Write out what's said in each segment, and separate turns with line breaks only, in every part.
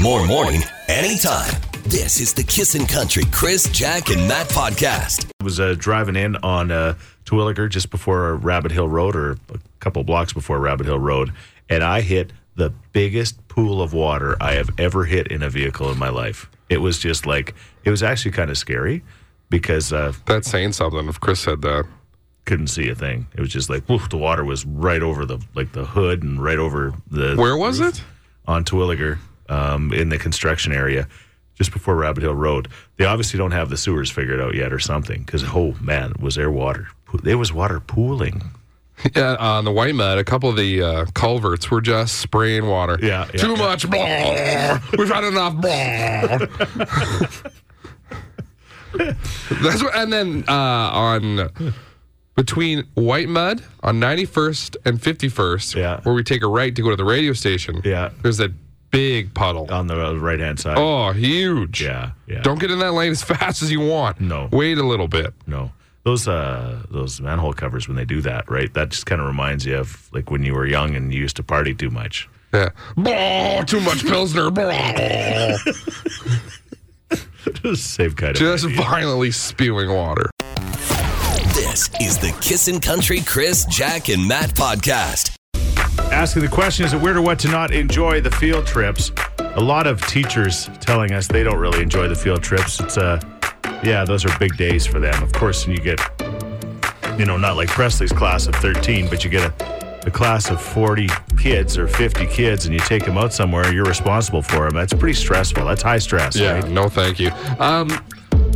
more morning, anytime. This is the Kissin' Country Chris, Jack, and Matt podcast.
was uh, driving in on uh, Terwilliger just before Rabbit Hill Road, or a couple blocks before Rabbit Hill Road, and I hit the biggest pool of water I have ever hit in a vehicle in my life. It was just like it was actually kind of scary because uh,
That's saying something if Chris said that.
couldn't see a thing. It was just like woof, the water was right over the like the hood and right over the
Where was it?
on Terwilliger um, in the construction area just before Rabbit Hill Road. They obviously don't have the sewers figured out yet or something because, oh man, was there water? po- There was water pooling.
Yeah, on the Waimet, a couple of the uh, culverts were just spraying water.
Yeah, yeah,
Too
yeah.
much. Blah. We've had enough. Blah. That's what, and then uh, on between White Mud on 91st and 51st,
Yeah.
where we take a right to go to the radio station,
Yeah.
there's that big puddle.
On the right hand side.
oh, huge.
Yeah, yeah.
Don't get in that lane as fast as you want.
No.
Wait a little bit.
No. Those uh those manhole covers when they do that, right? That just kind of reminds you of like when you were young and you used to party too much.
Yeah. Blah, too much Pilsner. Blah.
Same kind of
just
idea.
violently spewing water.
This is the Kissin' Country Chris, Jack, and Matt podcast.
asking the question is it weird or what to not enjoy the field trips a lot of teachers telling us they don't really enjoy the field trips it's uh yeah those are big days for them of course and you get you know not like presley's class of 13 but you get a, a class of 40 kids or 50 kids and you take them out somewhere you're responsible for them that's pretty stressful that's high stress
Yeah,
right?
no, thank you. Um,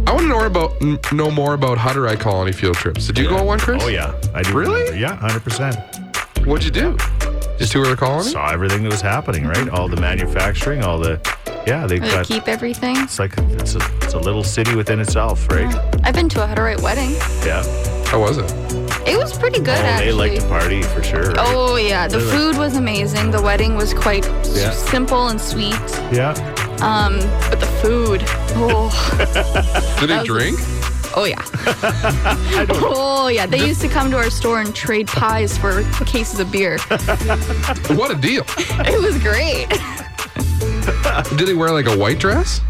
I want to know about n- know more about Hutter Eye Colony field trips. Did you go on one, Chris?
oh yeah i do
Really?
remember. yeah 100%
What'd you do? Just tour the colony?
saw everything that was happening right all the manufacturing all the yeah they've
Or they
got
keep everything.
It's like it's a, it's a little city within itself, right?
I've been to a Hutterite wedding.
Yeah.
How was it?
It was pretty good,
Oh,
actually.
they like to party for sure. right?
oh yeah, the
They like-
food was amazing. The wedding was quite s-
Yeah.
simple and sweet.
Yeah.
Um, but the food. Oh,
Did
That
they
was-
drink?
oh yeah. oh yeah, they used to come to our store and trade pies for cases of beer.
What a deal!
it was great.
Did they wear like a white dress?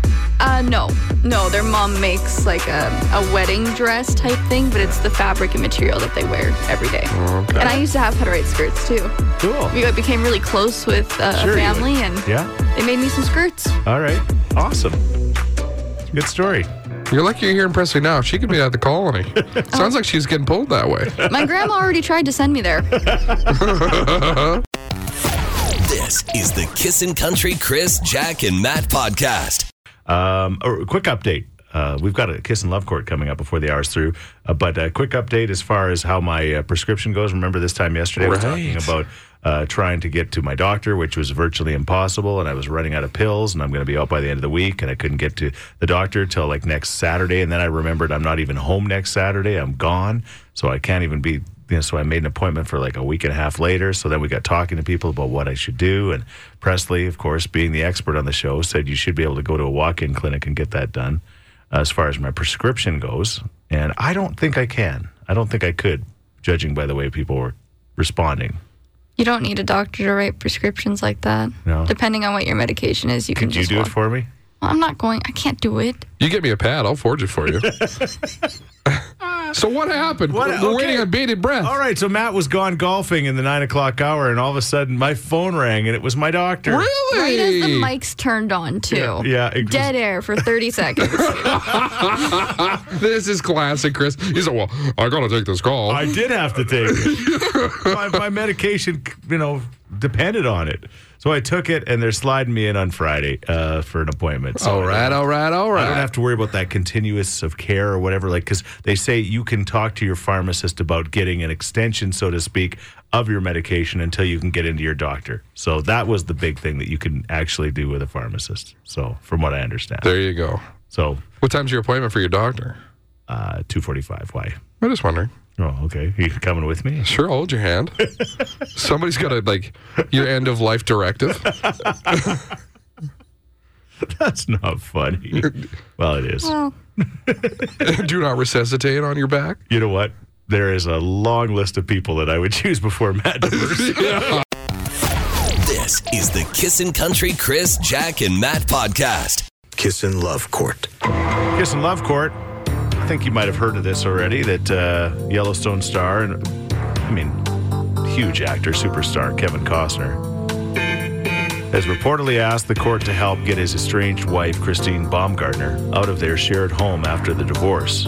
Uh, no, no, their mom makes like a, a wedding dress type thing, but it's the fabric and material that they wear every day.
Okay.
And I used to have Hutterite skirts too.
Cool.
We got- became really close with uh,
Sure
a
you
family, and
Yeah.
they made me some skirts.
All right. Awesome. Good story.
You're lucky you're here in Presley now. She could be at the colony. Sounds like she's getting pulled that way.
My grandma already tried to send me there.
This is the Kissin' Country Chris, Jack, and Matt podcast.
Um, a quick update. Uh, we've got a kiss and love court coming up before the hour's through. Uh, but a quick update as far as how my uh, prescription goes. Remember this time yesterday I was talking
Right.
about uh, trying to get to my doctor, which was virtually impossible, and I was running out of pills, and I'm going to be out by the end of the week, and I couldn't get to the doctor till like next Saturday, and then I remembered I'm not even home next Saturday. I'm gone, so I can't even be. You know, so I made an appointment for like a week and a half later. So then we got talking to people about what I should do, and Presley, of course, being the expert on the show, said you should be able to go to a walk-in clinic and get that done as far as my prescription goes. And I don't think I can. I don't think I could, judging by the way people were responding.
You don't need a doctor to write prescriptions like that.
No.
Depending on what your medication is, you can
Could you
just
do
walk.
it for me?
I'm not going. I can't do it.
You get me a pad, I'll forge it for you. so what happened?
What-
We're
okay.
waiting on bated breath.
All right. So Matt was gone golfing in the nine o'clock hour, and all of a sudden my phone rang, and it was my doctor.
Really?
Right as the mic's turned on, too.
yeah, it was-
Dead air for 30 seconds.
This is classic, Chris. He's like, well, I gotta take this call.
I did have to take it. my, my medication, you know, depended on it. So I took it, and they're sliding me in on Friday uh, for an appointment. So
all right, all right, all right.
I don't have to worry about that continuous of care or whatever, like because they say you can talk to your pharmacist about getting an extension, so to speak, of your medication until you can get into your doctor. So that was the big thing that you can actually do with a pharmacist. So from what I understand,
There you go.
so
What time's your appointment for your doctor?
uh, two forty-five. Why?
I'm just wondering.
Oh, okay. You coming with me?
Sure, I'll hold your hand. Somebody's got a like your end of life directive.
That's not funny. well, it is.
well,
Do not resuscitate on your back.
You know what? There is a long list of people that I would choose before Matt. Demers.
Yeah.
This This is the Kissin' Country Chris, Jack, and Matt podcast.
Kiss and Love Court.
Kiss and Love Court. I think you might have heard of this already. That uh, Yellowstone star, and I mean, huge actor, superstar Kevin Costner, has reportedly asked the court to help get his estranged wife Christine Baumgartner out of their shared home after the divorce.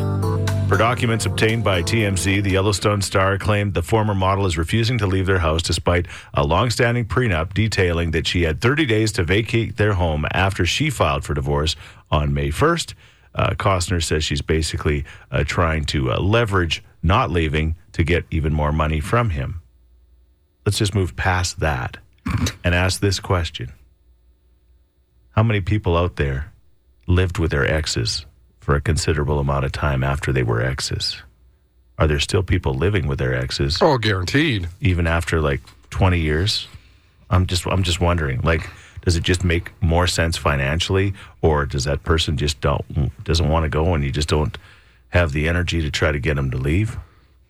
For documents obtained by TMZ, the Yellowstone Star claimed the former model is refusing to leave their house despite a longstanding prenup detailing that she had 30 days to vacate their home after she filed for divorce on May 1st. Uh, Costner says she's basically uh, trying to uh, leverage not leaving to get even more money from him. Let's just move past that and ask this question How many people out there lived with their exes for a considerable amount of time after they were exes? Are there still people living with their exes
Oh, guaranteed.
even after like 20 years? I'm just I'm just wondering like does it just make more sense financially or does that person just don't doesn't want to go and you just don't have the energy to try to get them to leave?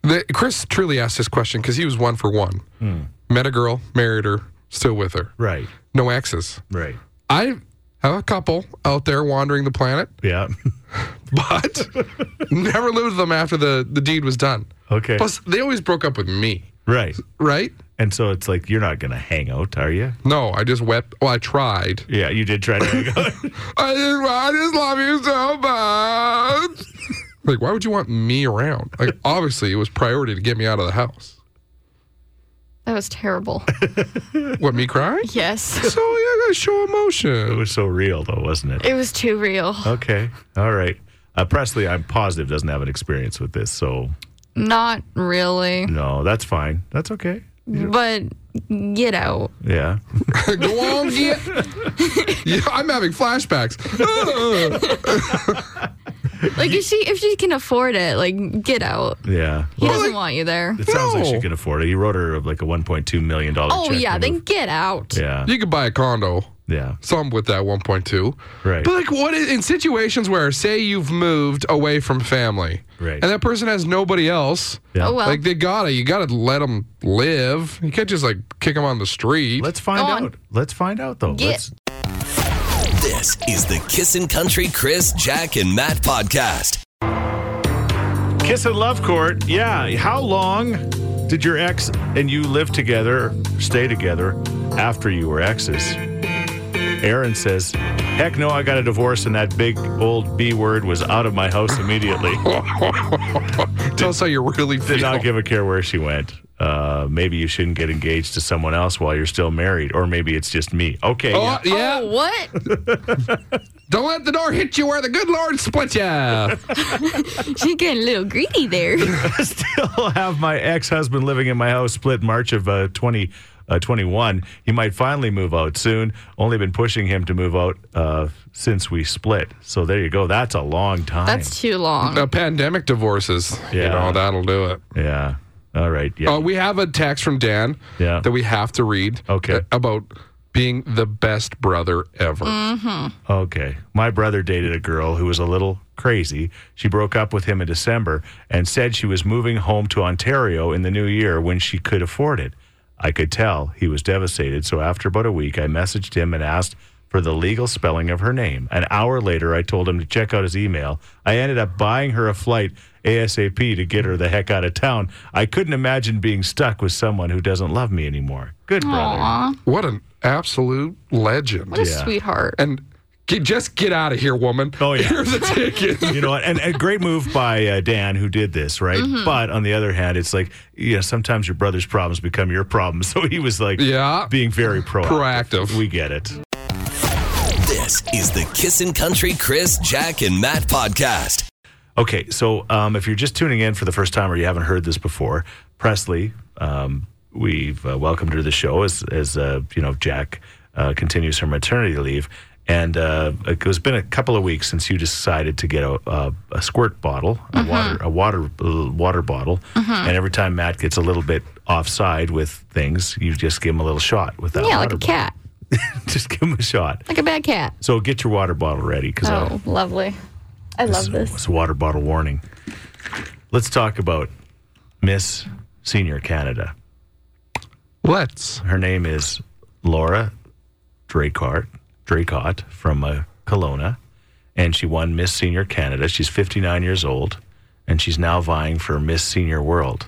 The, Chris truly asked this question because he was one for one.
Hmm.
Met a girl, married her, still with her.
Right.
No exes.
Right.
I have a couple out there wandering the planet,
Yeah.
but never lived with them after the, the deed was done.
okay.
Plus, they always broke up with me,
right.
right?
And so it's like you're not going to hang out, are you?
No, I just wept. Well, I tried.
Yeah, you did try to hang out.
I just, I just love you so much. like, why would you want me around? Like, obviously, it was priority to get me out of the house.
That was terrible.
What, me crying?
yes.
So, yeah, I gotta show
It
emotion.
was so real, though, wasn't it?
It was too real.
Okay. All right. Uh, Presley, I'm positive, doesn't have an experience with this. So,
Not really.
no, that's fine. That's okay.
But get out.
Yeah.
Go on, get. yeah, I'm having flashbacks.
Like if she if she can afford it, like get out.
Yeah.
He
Well,
doesn't want you there.
it sounds like she
No.
can afford it. He wrote her like a $1.2 million
Oh
check.
yeah,
to
then
move-
get out.
Yeah.
you could buy a condo,
Yeah.
some with that 1.2.
Right.
But like, what i- in situations where, say, you've moved away from family,
Right.
and that person has nobody else.
Yeah.
Oh well.
Like they gotta, you gotta let them live. You can't just like kick them on the street.
Let's find
Go on.
out. Let's find out, though.
Get-
Let's,
This is the Kissin' Country Chris, Jack, and Matt podcast.
Kiss and Love Court. Yeah. How long did your ex and you live together, stay together after you were exes? Aaron says, Heck no, I got a divorce, and that big old B word was out of my house immediately.
Tell us how you really feel.
Did not give a care where she went. Uh, maybe you shouldn't get engaged to someone else while you're still married, or maybe it's just me. Okay.
Oh,
yeah.
yeah.
Oh what?
Don't let the door hit you where the good Lord split ya.
She's getting a little greedy there.
I still have my ex husband living in my house split March of uh, 20. Uh, 21. He might finally move out soon. Only been pushing him to move out uh, since we split. So there you go. That's a long time.
That's too long.
Uh, pandemic divorces. You
Yeah.
know, that'll do it.
yeah. All right. Yeah.
Uh, we have a text from Dan
Yeah.
that we have to read
Okay.
uh, about being the best brother ever.
Mm-hmm. Okay. My brother dated a girl who was a little crazy. She broke up with him in December and said she was moving home to Ontario in the new year when she could afford it. I could tell he was devastated, so after about a week, I messaged him and asked for the legal spelling of her name. An hour later, I told him to check out his email. I ended up buying her a flight ASAP to get her the heck out of town. I couldn't imagine being stuck with someone who doesn't love me anymore. Good brother.
Aw.
What an absolute legend.
What a
Yeah.
sweetheart.
And get, just get out of here, woman.
Oh, yeah.
Here's a ticket.
you know, what? and a great move by uh, Dan who did this, right? But on the other hand, it's like, you know, sometimes your brother's problems become your problems. So he was like,
Yeah.
being very proactive.
Proactive.
We get it.
This is the Kissin' Country Chris, Jack, and Matt podcast.
Okay, so um, if you're just tuning in for the first time or you haven't heard this before, Presley, um, we've uh, welcomed her to the show as, as uh, you know, Jack uh, continues her maternity leave. And uh, it was been a couple of weeks since you decided to get a, a, a squirt bottle,
Mm-hmm.
a water, a water, uh, water bottle. And every time Matt gets a little bit offside with things, you just give him a little shot with that.
yeah, like
water
a
bottle.
cat.
just give him a shot.
Like a bad cat.
So get your water bottle ready uh, because
Oh, lovely. I love
so
this.
It's a water bottle warning. Let's talk about Miss Senior Canada.
Let's.
Her name is Laura Draycott, Draycott from uh, Kelowna, and she won Miss Senior Canada. She's 59 years old, and she's now vying for Miss Senior World.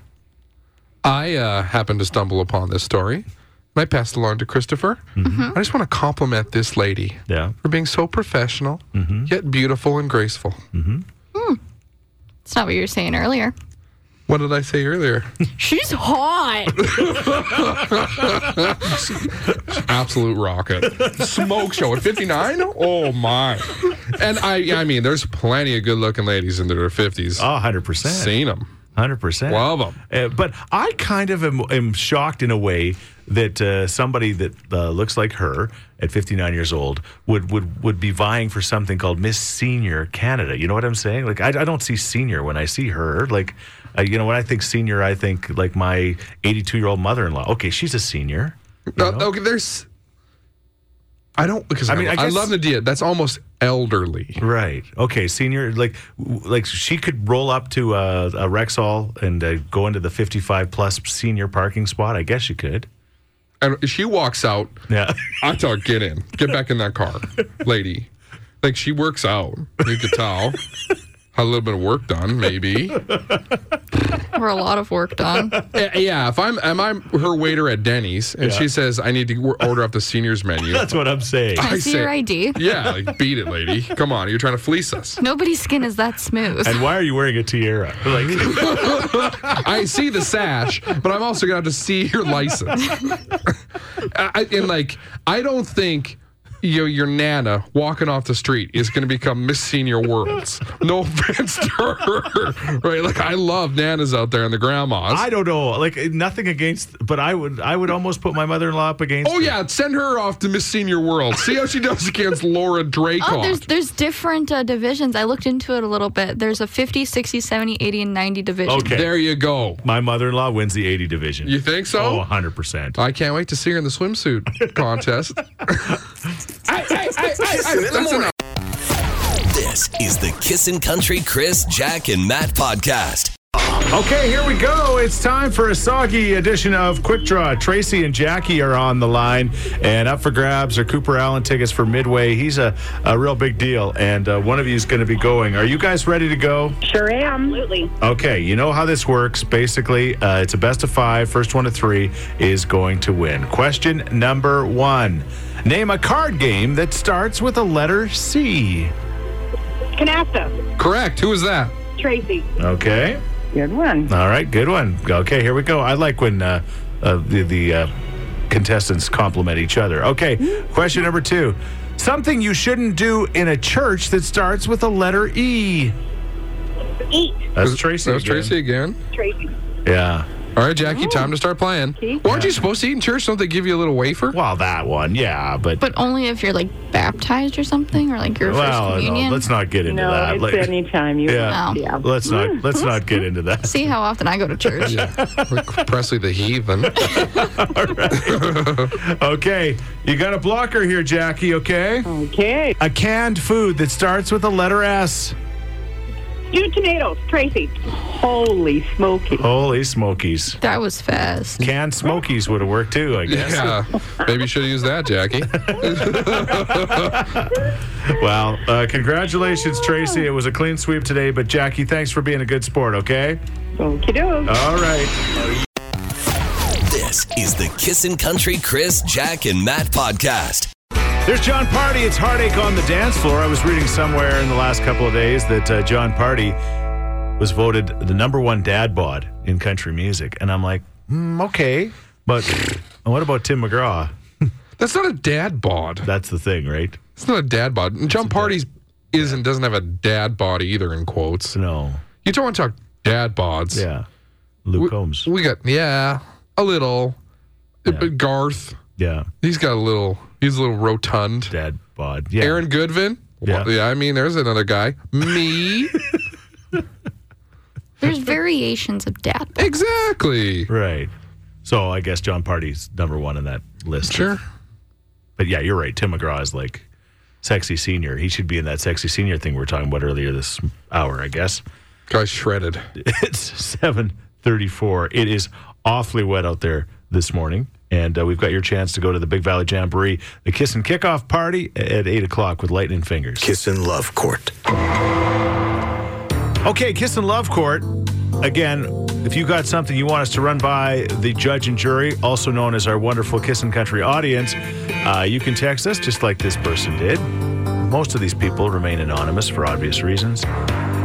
I uh, happened to stumble upon this story, and I passed it along to Christopher. I just want to compliment this lady
Mm-hmm. Yeah. Mm-hmm.
for being so professional, yet beautiful and graceful.
It's not what you were saying earlier.
What did I say earlier?
She's hot.
Absolute rocket. Smoke show at 59? Oh, my. And I I mean, there's plenty of good looking ladies in their 50s.
Oh, 100%.
Seen them.
100%.
Love 'em.
Uh, but I kind of am, am shocked in a way that uh, somebody that uh, looks like her at 59 years old would, would, would be vying for something called Miss Senior Canada. You know what I'm saying? Like, I, I don't see senior when I see her. Like, uh, you know, when I think senior, I think like my 82 year old mother in law. Okay, she's a senior. you know?
okay, there's. I don't because I,
mean,
mean,
I
I,
guess-
love the idea. That's almost elderly.
Right. Okay. Senior, like, w- like she could roll up to uh, a Rexall and uh, go into the 55 plus senior parking spot. I guess she could.
And if she walks out.
Yeah.
I tell her, get in, get back in that car, lady. Like she works out. You could tell. Had a little bit of work done, maybe.
We're a lot of work done.
Eh, Yeah, if I'm am I her waiter at Denny's and she says I need to wor- order off the seniors menu.
That's what I'm saying.
I see your
say-
ID.
Yeah, like beat it, lady. Come on, you're trying to fleece us.
Nobody's skin is that smooth.
And why are you wearing a tiara? Like,
I see the sash, but I'm also gonna have to see your license. I, I- and like, I don't think you know, your nana walking off the street is gonna become Miss Senior Worlds. No offense to her, right? Like, I love nanas out there and the grandmas.
I don't know. Like nothing against, but I would, I would almost put my mother-in-law up against.
oh yeah, send her off to Miss Senior World. See how she does against Laura
Oh, there's
Draycott.
there's different uh, divisions. I looked into it a little bit. There's a 50, 60, 70, 80, and 90 division.
Okay.
there you go.
My mother-in-law wins the 80 division.
You think so?
Oh, 100 percent.
I can't wait to see her in the swimsuit contest. I, I, I, I, I, that's enough.
This is the Kissin' Country Chris, Jack, and Matt podcast.
Okay, here we go. It's time for a soggy edition of Quick Draw. Tracy and Jackie are on the line, and up for grabs are Cooper Allen tickets for Midway. He's a, a real big deal, and uh, one of you is going to be going. Are you guys ready to go?
Sure am. Absolutely.
Okay, you know how this works. Basically, uh, it's a best of five. First one to three is going to win. Question number one Name a card game that starts with a letter C.
Canasta.
Correct. Who is that?
Tracy.
Okay.
Good one.
All right, good one. Okay, here we go. I like when uh, uh, the, the uh, contestants compliment each other. Okay, question number two Something you shouldn't do in a church that starts with a letter E.
Eat.
That's Tracy.
That
again.
was Tracy again.
Tracy.
Yeah.
All right, Jackie, time to start playing. Weren't you supposed to eat in church? Don't they give you a little wafer?
Well, that one. Yeah, but.
But only if you're like baptized or something, or like your
well,
first
no,
communion.
let's not get into
No,
that.
it's
Like-
any time you
Yeah.
want.
Yeah.
Let's not let's not get into that.
See how often I go to church.
Like Presley the heathen.
Okay, you got a blocker here, Jackie. Okay,
Mm. Okay.
a canned food that starts with a letter S.
Stewed tomatoes. Tracy. Holy smoky.
Holy smokies!
That was fast.
Canned smokies would have worked too, I guess.
Yeah, maybe you should have used that, Jackie.
Well, uh, congratulations, Tracy. It was a clean sweep today, but Jackie, thanks for being a good sport. Okay.
Okie doke.
All right.
This is the Kissin' Country Chris, Jack, and Matt podcast.
There's John Party. It's heartache on the dance floor. I was reading somewhere in the last couple of days that uh, John Party was voted the number one dad bod in country music, and I'm like, mm, okay, but what about Tim McGraw?
That's not a dad bod.
That's the thing, right?
It's not a dad bod. And John Party's isn't doesn't have a dad bod either in quotes.
No.
You don't want to talk dad bods.
Yeah. Luke Combs.
We got yeah, a little. But Garth,
Yeah.
he's got a little. He's a little rotund.
Dad bod. Yeah.
Aaron Goodvin.
Yeah.
Well, yeah, I mean, there's another guy. Me.
There's variations of dad.
exactly.
Right. So I guess John Party's number one in that list.
Sure.
But yeah, you're right. Tim McGraw is like sexy senior. He should be in that sexy senior thing we were talking about earlier this hour, I guess.
Guy's shredded.
It's 734. It is awfully wet out there this morning. And uh, we've got your chance to go to the Big Valley Jamboree, the Kiss and Kickoff Party at 8 o'clock with Lightning Fingers.
Kiss and Love Court.
Okay, Kiss and Love Court. Again, if you got something you want us to run by the judge and jury, also known as our wonderful Kiss and Country audience, uh, you can text us just like this person did. Most of these people remain anonymous for obvious reasons.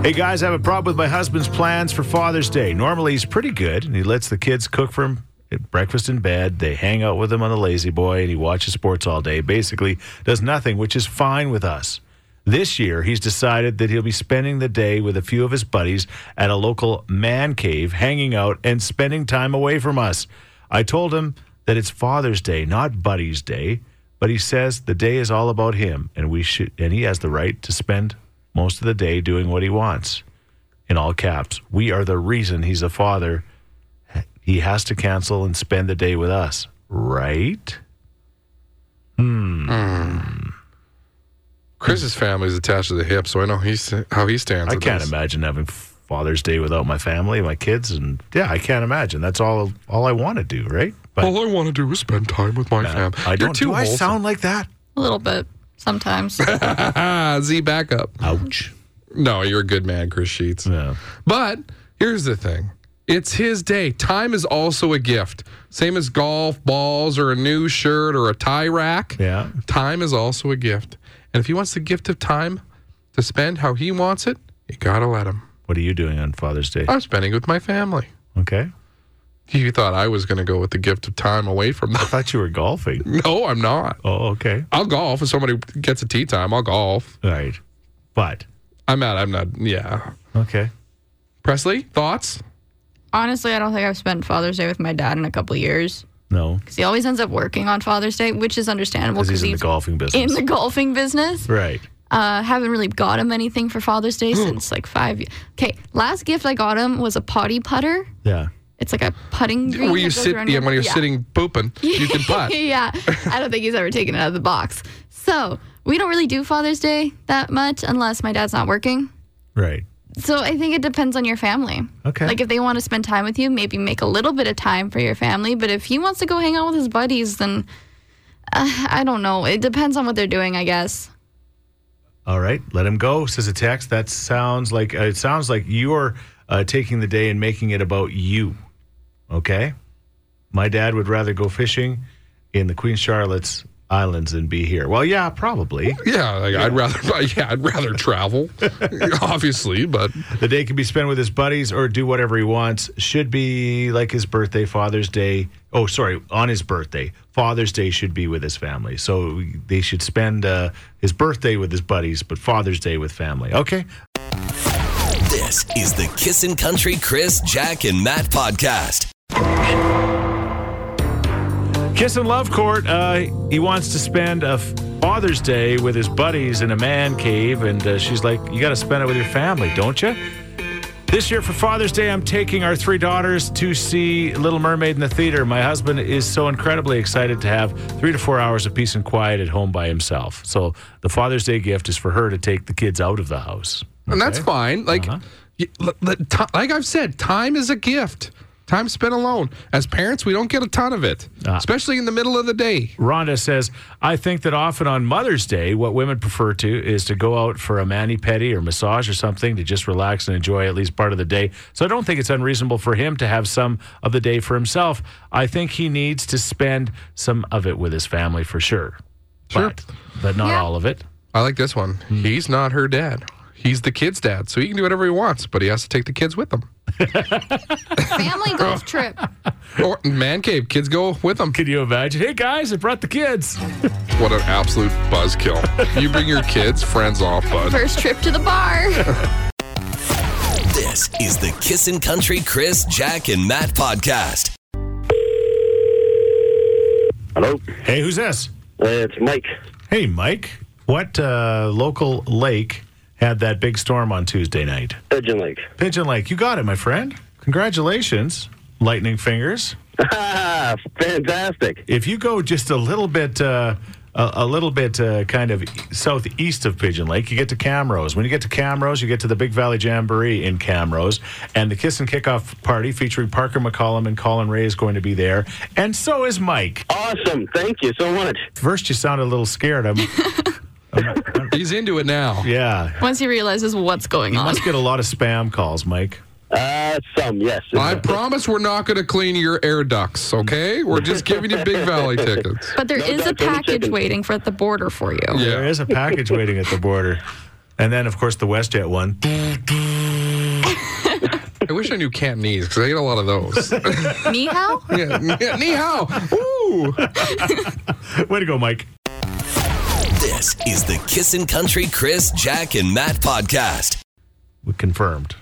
Hey guys, I have a problem with my husband's plans for Father's Day. Normally, he's pretty good and he lets the kids cook for him at breakfast in bed. They hang out with him on the lazy boy and he watches sports all day. Basically, does nothing, which is fine with us. This year, he's decided that he'll be spending the day with a few of his buddies at a local man cave, hanging out and spending time away from us. I told him that it's Father's Day, not Buddy's Day, but he says the day is all about him, and we should, and he has the right to spend most of the day doing what he wants. In all caps, we are the reason he's a father. He has to cancel and spend the day with us, right?
Chris's family's attached to the hip, so I know he's how he stands.
I
with
can't
this.
imagine having Father's Day without my family, my kids, and yeah, I can't imagine. That's all all I want to do, right? But
All I want to do is spend time with my
uh,
family.
I
You're
don't.
too
Do I
wholesome.
sound like that?
A little bit sometimes.
ah Z back up.
Ouch. Uh,
No, you're a good man, Chris Sheets.
Yeah.
But here's the thing. It's his day. Time is also a gift. Same as golf balls or a new shirt or a tie rack.
Yeah.
Time is also a gift. And if he wants the gift of time to spend how he wants it, you got to let him.
What are you doing on Father's Day?
I'm spending with my family.
Okay.
He thought I was going to go with the gift of time away from them.
Thought you were golfing.
no, I'm not.
Oh, okay.
I'll golf if somebody gets a tea time. I'll golf.
All right. But
I'm not. I'm not. Yeah.
okay.
Presley, thoughts?
Honestly, I don't think I've spent Father's Day with my dad in a couple years
No,
because he always ends up working on Father's Day, which is understandable
because he's in the golfing business.
in the golfing business.
right.
Uh, haven't really got him anything for Father's Day since like five. years. Okay, last gift I got him was a potty putter.
Yeah.
It's like a putting green
Where
that
you
goes
sit,
around
yeah,
your-
when you're
yeah.
sitting pooping, you can putt.
yeah, I don't think he's ever taken it out of the box. So we don't really do Father's Day that much unless my dad's not working.
Right.
So I think it depends on your family.
Okay.
Like if they want to spend time with you, maybe make a little bit of time for your family. But if he wants to go hang out with his buddies, then uh, I don't know. It depends on what they're doing, I guess.
All right, let him go. Says a text. That sounds like uh, it sounds like you're uh, taking the day and making it about you. Okay, my dad would rather go fishing in the Queen Charlotte's Islands than be here. Well, yeah, probably.
Yeah, like, I'd rather. Yeah, I'd rather travel, obviously. But
The day can be spent with his buddies or do whatever he wants. Should be like his birthday, Father's Day. Oh, sorry, on his birthday, Father's Day should be with his family. So they should spend uh, his birthday with his buddies, but Father's Day with family. Okay,
This is the Kissin' Country Chris, Jack, and Matt podcast.
Kiss and Love Court. Uh, he wants to spend a Father's Day with his buddies in a man cave, and uh, she's like, "You got to spend it with your family, don't you?" This year for Father's Day, I'm taking our three daughters to see Little Mermaid in the theater. My husband is so incredibly excited to have three to four hours of peace and quiet at home by himself. So the Father's Day gift is for her to take the kids out of the house.
and that's fine. Like,
Uh-huh.
y- l- l- ti- like I've said, time is a gift. Time spent alone. As parents, we don't get a ton of it, especially in the middle of the day.
Rhonda says, I think that often on Mother's Day, what women prefer to is to go out for a mani pedi or massage or something to just relax and enjoy at least part of the day. So I don't think it's unreasonable for him to have some of the day for himself. I think he needs to spend some of it with his family for sure.
Sure.
But, but not
Yeah.
all of it.
I like this one. He's not her dad. He's the kid's dad, so he can do whatever he wants, but he has to take the kids with him.
Family golf trip.
Or man cave, kids go with them.
Can you imagine? Hey guys, I brought the kids.
What an absolute buzzkill! you bring your kids, friends off, bud.
First trip to the bar.
This is the Kissin' Country Chris, Jack, and Matt podcast.
Hello.
Hey, who's this?
Uh, it's Mike.
Hey, Mike. What uh, local lake had that big storm on Tuesday night?
Pigeon Lake.
Pigeon Lake, you got it, my friend. Congratulations, Lightning Fingers.
Ah, fantastic.
If you go just a little bit uh, a, a little bit uh, kind of southeast of Pigeon Lake. You get to Camrose. When you get to Camrose, you get to the Big Valley Jamboree in Camrose, and the Kiss and Kickoff party featuring Parker McCollum and Colin Ray is going to be there, and so is Mike.
Awesome. Thank you so much.
First, you sounded a little scared. I'm, I'm- I'm-
He's into it now.
yeah,
Once he realizes what's going
you
on.
must get a lot of spam calls, Mike.
Uh, some, yes.
I promise we're not going to clean your air ducts, okay? We're just giving you Big Valley tickets.
But there
No
is a
doubt, no
package
chicken.
waiting for at the border for you.
Yeah.
There is a package waiting at the border. And then, of course, the WestJet one.
I wish I knew Cantonese because I ate a lot of those.
Me how?
yeah, ni hao. Ooh.
Way to go, Mike.
This is the Kissin' Country Chris, Jack, and Matt podcast.
We confirmed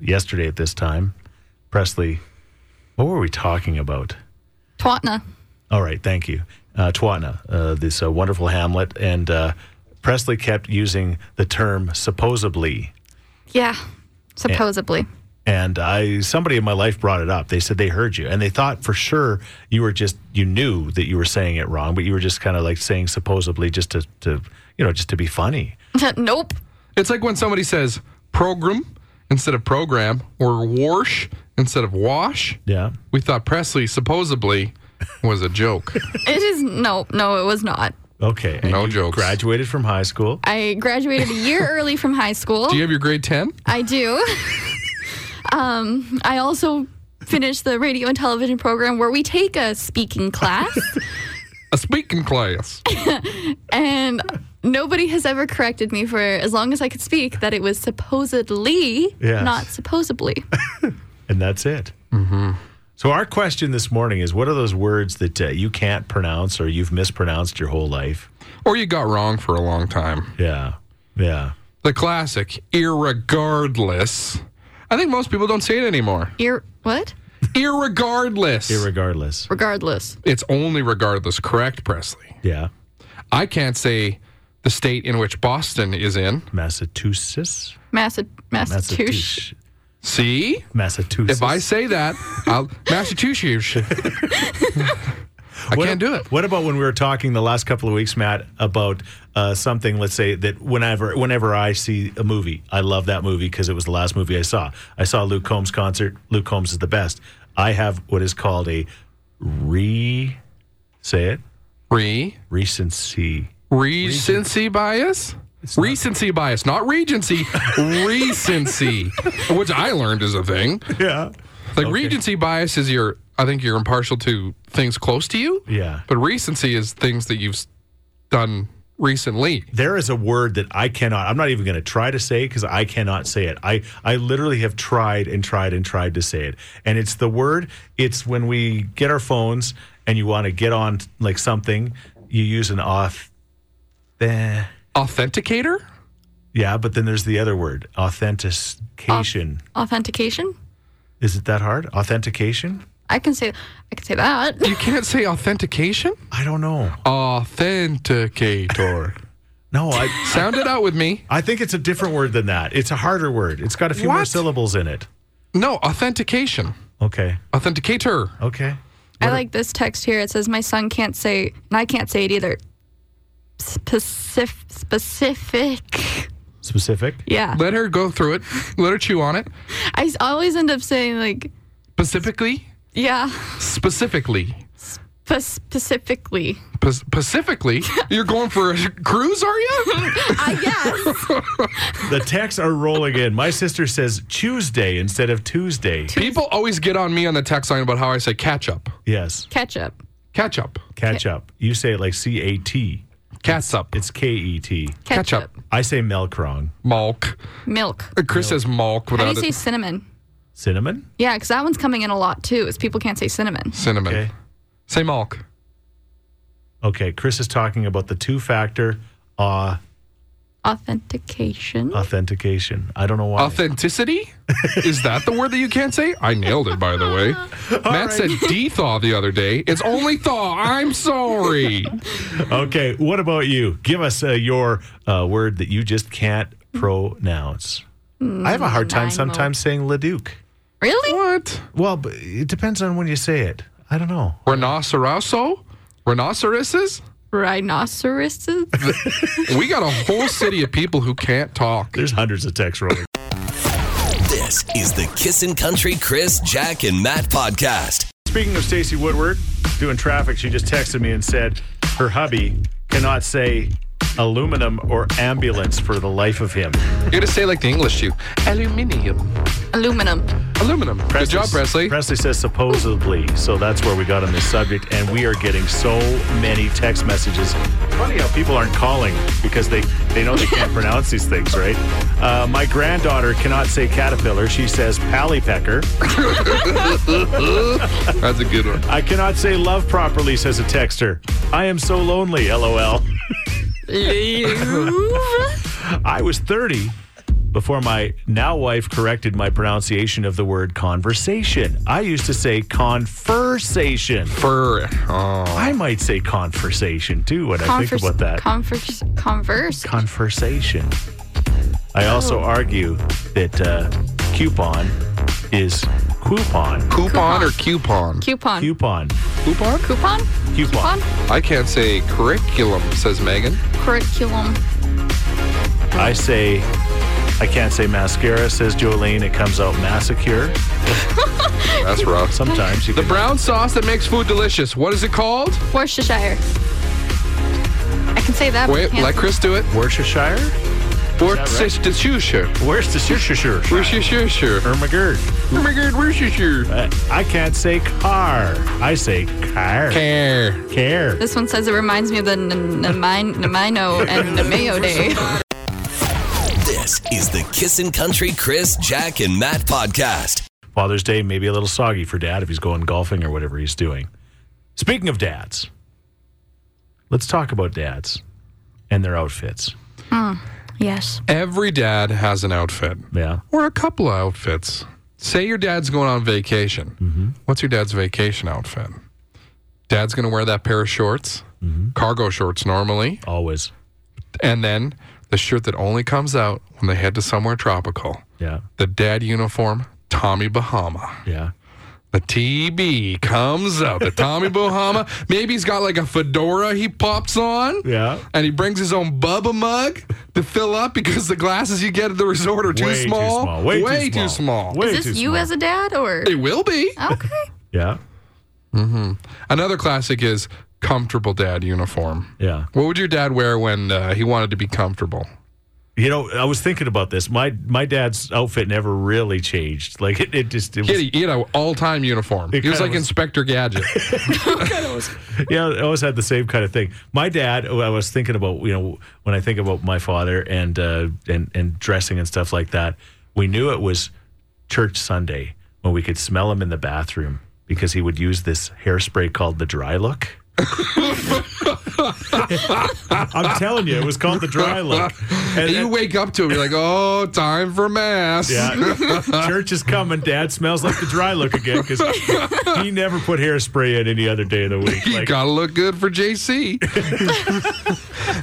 yesterday at this time. Presley, what were we talking about?
Twatna.
All right, thank you. Uh, Twatna, uh, this uh, wonderful hamlet. And uh, Presley kept using the term supposedly.
Yeah. Supposedly.
And I, somebody in my life brought it up. They said they heard you, and they thought for sure you were just you knew that you were saying it wrong, but you were just kind of like saying supposedly just to, to you know just to be funny.
nope.
It's like when somebody says program instead of program or wash instead of wash.
Yeah.
We thought Presley supposedly was a joke.
It is no, no, it was not.
Okay. And
No
you
jokes.
Graduated from high school.
I graduated a year early from high school.
Do you have your grade 10?
I do. um, I also finished the radio and television program where we take a speaking class,
A speaking class.
and nobody has ever corrected me for as long as I could speak that it was supposedly,
Yes.
not supposedly.
and that's it. Mm-hmm. So our question this morning is: What are those words that uh, you can't pronounce or you've mispronounced your whole life?
Or you got wrong for a long time.
Yeah, yeah.
The classic, irregardless. I think most people don't say it anymore.
Ir- what?
Irregardless.
Irregardless.
Regardless.
it's only regardless, correct, Presley?
Yeah,
I can't say the state in which Boston is in.
Massachusetts.
Massa- Massachusetts.
See?
Massachusetts.
If I say that, I'll Massachusetts. I
What-
can't do it.
What about when we were talking the last couple of weeks, Matt, about uh, something? Let's say that whenever whenever I see a movie, I love that movie because it was the last movie I saw. I saw Luke Combs concert. Luke Combs is the best. I have what is called a re say it
Re
recency.
recency bias. Recency bias, not regency. recency, which I learned is a thing.
Yeah.
Like regency bias is your, I think you're impartial to things close to you.
Yeah.
But recency is things that you've s- done recently.
There is a word that I cannot. I'm not even going to try to say because I cannot say it. I I literally have tried and tried and tried to say it, and it's the word. It's when we get our phones and you want to get on like something, you use an auth. eh,
Authenticator.
Yeah, but then there's the other word, authentication.
Authentication.
is it that hard? Authentication?
I can say, I can say that.
You can't say authentication.
I don't know.
Authenticator.
No, I
Sound it out with me.
I think it's a different word than that. It's a harder word. It's got a few more
What?
syllables in it.
No, authentication.
Okay.
Authenticator.
Okay.
I like this text here. It says, My son can't say, and I can't say it either. Specific. Specific.
Specific.
Yeah.
Let her go through it. Let her chew on it.
I s- always end up saying, like,
Specifically,
yeah,
specifically,
p- specifically.
Pas- specifically, you're going for a cruise, are you?
I guess.
The texts are rolling in. My sister says Tuesday instead of Tuesday.
People always get on me on the text line about how I say catch up,
Yes,
Ketchup.
catch up,
catch up. You say it like C A T.
cats up,
It's K E T.
Ketchup.
Ketchup.
I say malkrong.
malk.
Milk.
Uh, Chris says malk
How do you
without
say
it.
cinnamon?
Cinnamon?
Yeah, because that one's coming in a lot too, is people can't say cinnamon.
cinnamon.
Okay.
Say malk.
Okay, Chris is talking about the two factor uh,
Authentication.
authentication. I don't know why.
Authenticity? Is that the word that you can't say? I nailed it, by the way. Matt said de-thaw the other day. It's only thaw. I'm sorry.
okay, what about you? Give us uh, your uh, word that you just can't pronounce. I have a hard time
Nanaimo.
sometimes saying Leduc.
really?
what?
Well, but it depends on when you say it. I don't know.
Rhinoceroso? Rhinoceroses?
Rhinoceroses?
We got a whole city of people who can't talk.
There's hundreds of texts rolling.
This is the Kissin' Country Chris, Jack, and Matt podcast.
Speaking of Stacy Woodward doing traffic, she just texted me and said her hubby cannot say aluminum or ambulance for the life of him.
You gotta say like the English you. Aluminium.
Aluminum.
Aluminum. Good job, Presley.
Presley says supposedly, so that's where we got on this subject, and we are getting so many text messages. Funny how people aren't calling because they they know they can't pronounce these things, right? Uh, my granddaughter cannot say caterpillar; she says pally pecker.
That's a good one.
I cannot say love properly, says a texter. I am so lonely, lol. I was 30 before my now wife corrected my pronunciation of the word conversation. I used to say conversation.
Fur. Oh.
I might say conversation too when I think
Converse-
about that.
Converse. Converse.
conversation. I also argue that uh, coupon is coupon.
Coupon or coupon?
coupon.
Coupon.
Coupon?
coupon?
Coupon.
Coupon?
I can't say curriculum, says Megan.
Curriculum.
I say, I can't say mascara, says Jolene. It comes out massacre.
That's rough.
Sometimes you
The
can.
brown sauce that makes food delicious. What is it called?
Worcestershire. I can say that. but I
Wait,
can't
let
say-
Chris do it.
Worcestershire?
Worcestershire.
Worcestershire.
Worcestershire.
Ermagerd.
Oh my God, Worcestershire.
Uh, I can't say car. I say car.
Care.
Care.
This one says it reminds me of the N- N- N- Mine- Namino and Namayo Day.
This is the Kissin' Country Chris, Jack, and Matt podcast.
Father's Day may be a little soggy for dad if he's going golfing or whatever he's doing. Speaking of dads, let's talk about dads and their outfits.
Yes.
Every dad has an outfit
Yeah.
or a couple of outfits. Say your dad's going on vacation. What's your dad's vacation outfit? Dad's going to wear that pair of shorts, cargo shorts normally,
Always.
and then the shirt that only comes out when they head to somewhere tropical.
Yeah.
The dad uniform, Tommy Bahama.
Yeah.
The TB comes out. The Tommy Bahama. Maybe he's got like a fedora he pops on.
Yeah.
And he brings his own Bubba mug to fill up because the glasses you get at the resort are too
Way
small.
Too small. Way,
too, small.
Way
Is
too
this you
small.
as a dad or?
It will be.
Okay.
Yeah.
Another classic is comfortable dad uniform.
Yeah.
What would your dad wear when uh, he wanted to be comfortable?
You know, I was thinking about this. My my dad's outfit never really changed. Like it, it just it was
He had, a, he had an all-time uniform.
It
He was
kinda
like
was-
Inspector Gadget.
yeah, I always had the same kind of thing. My dad, I was thinking about, you know, when I think about my father and uh, and and dressing and stuff like that, we knew it was church Sunday when we could smell him in the bathroom because he would use this hairspray called the dry look. I'm telling you, it was called the dry look. And
and you wake up to him, you're like, oh, time for mass.
yeah, church is coming. Dad smells like the dry look again because he never put hairspray in any other day of the week.
You
Like,
gotta look good for JC.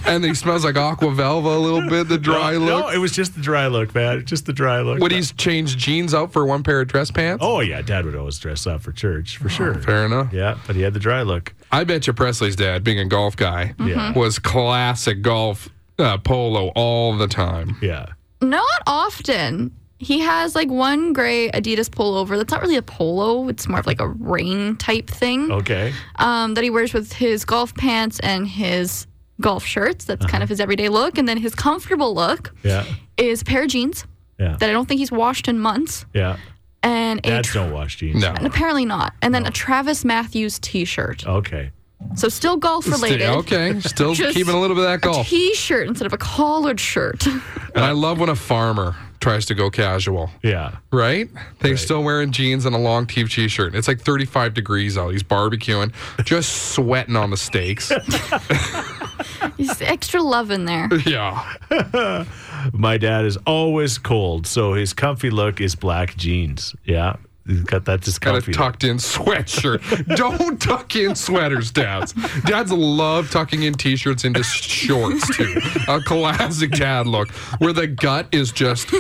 and he smells like Aqua Velva a little bit, the dry
no,
look.
No, it was just the dry look, man. Just the dry look.
Would he change jeans out for one pair of dress pants?
Oh yeah, Dad would always dress up for church for sure.
Oh, Fair enough.
Yeah, but he had the dry look.
I bet you Presley's dad, being a golf guy,
Mm-hmm.
Yeah.
was classic golf uh, polo all the time.
Yeah,
Not often. He has like one gray Adidas pullover. That's not really a polo. It's more of like a rain type thing
okay.
um, that he wears with his golf pants and his golf shirts. That's kind of his everyday look. And then his comfortable look
Uh-huh. Yeah,
is a pair of jeans
yeah,
that I don't think he's washed in months.
yeah.
And a
Dads
tra-
don't wash jeans.
No.
and apparently not. And then a Travis Matthews
Oh.
t-shirt.
Okay.
So still golf related.
okay, still
Just
keeping a little bit of that golf.
T-shirt instead of a collared shirt.
and I love when a farmer tries to go casual,
Yeah.
right? They're still wearing jeans and a long tee t-shirt. It's like 35 degrees out. He's barbecuing, just sweating on the steaks.
He's extra love in there.
yeah.
My dad is always cold, so his comfy look is black jeans. Yeah, he's got that just
Got a
comfy. look.
tucked in sweatshirt. Don't tuck in sweaters, dads. Dads love tucking in t shirts into shorts, too. A classic dad look where the gut is just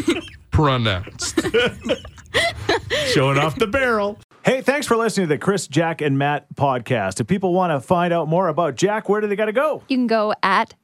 pronounced.
showing off the barrel. Hey, thanks for listening to the Chris, Jack, and Matt podcast. If people want to find out more about Jack, where do they got to go?
You can go at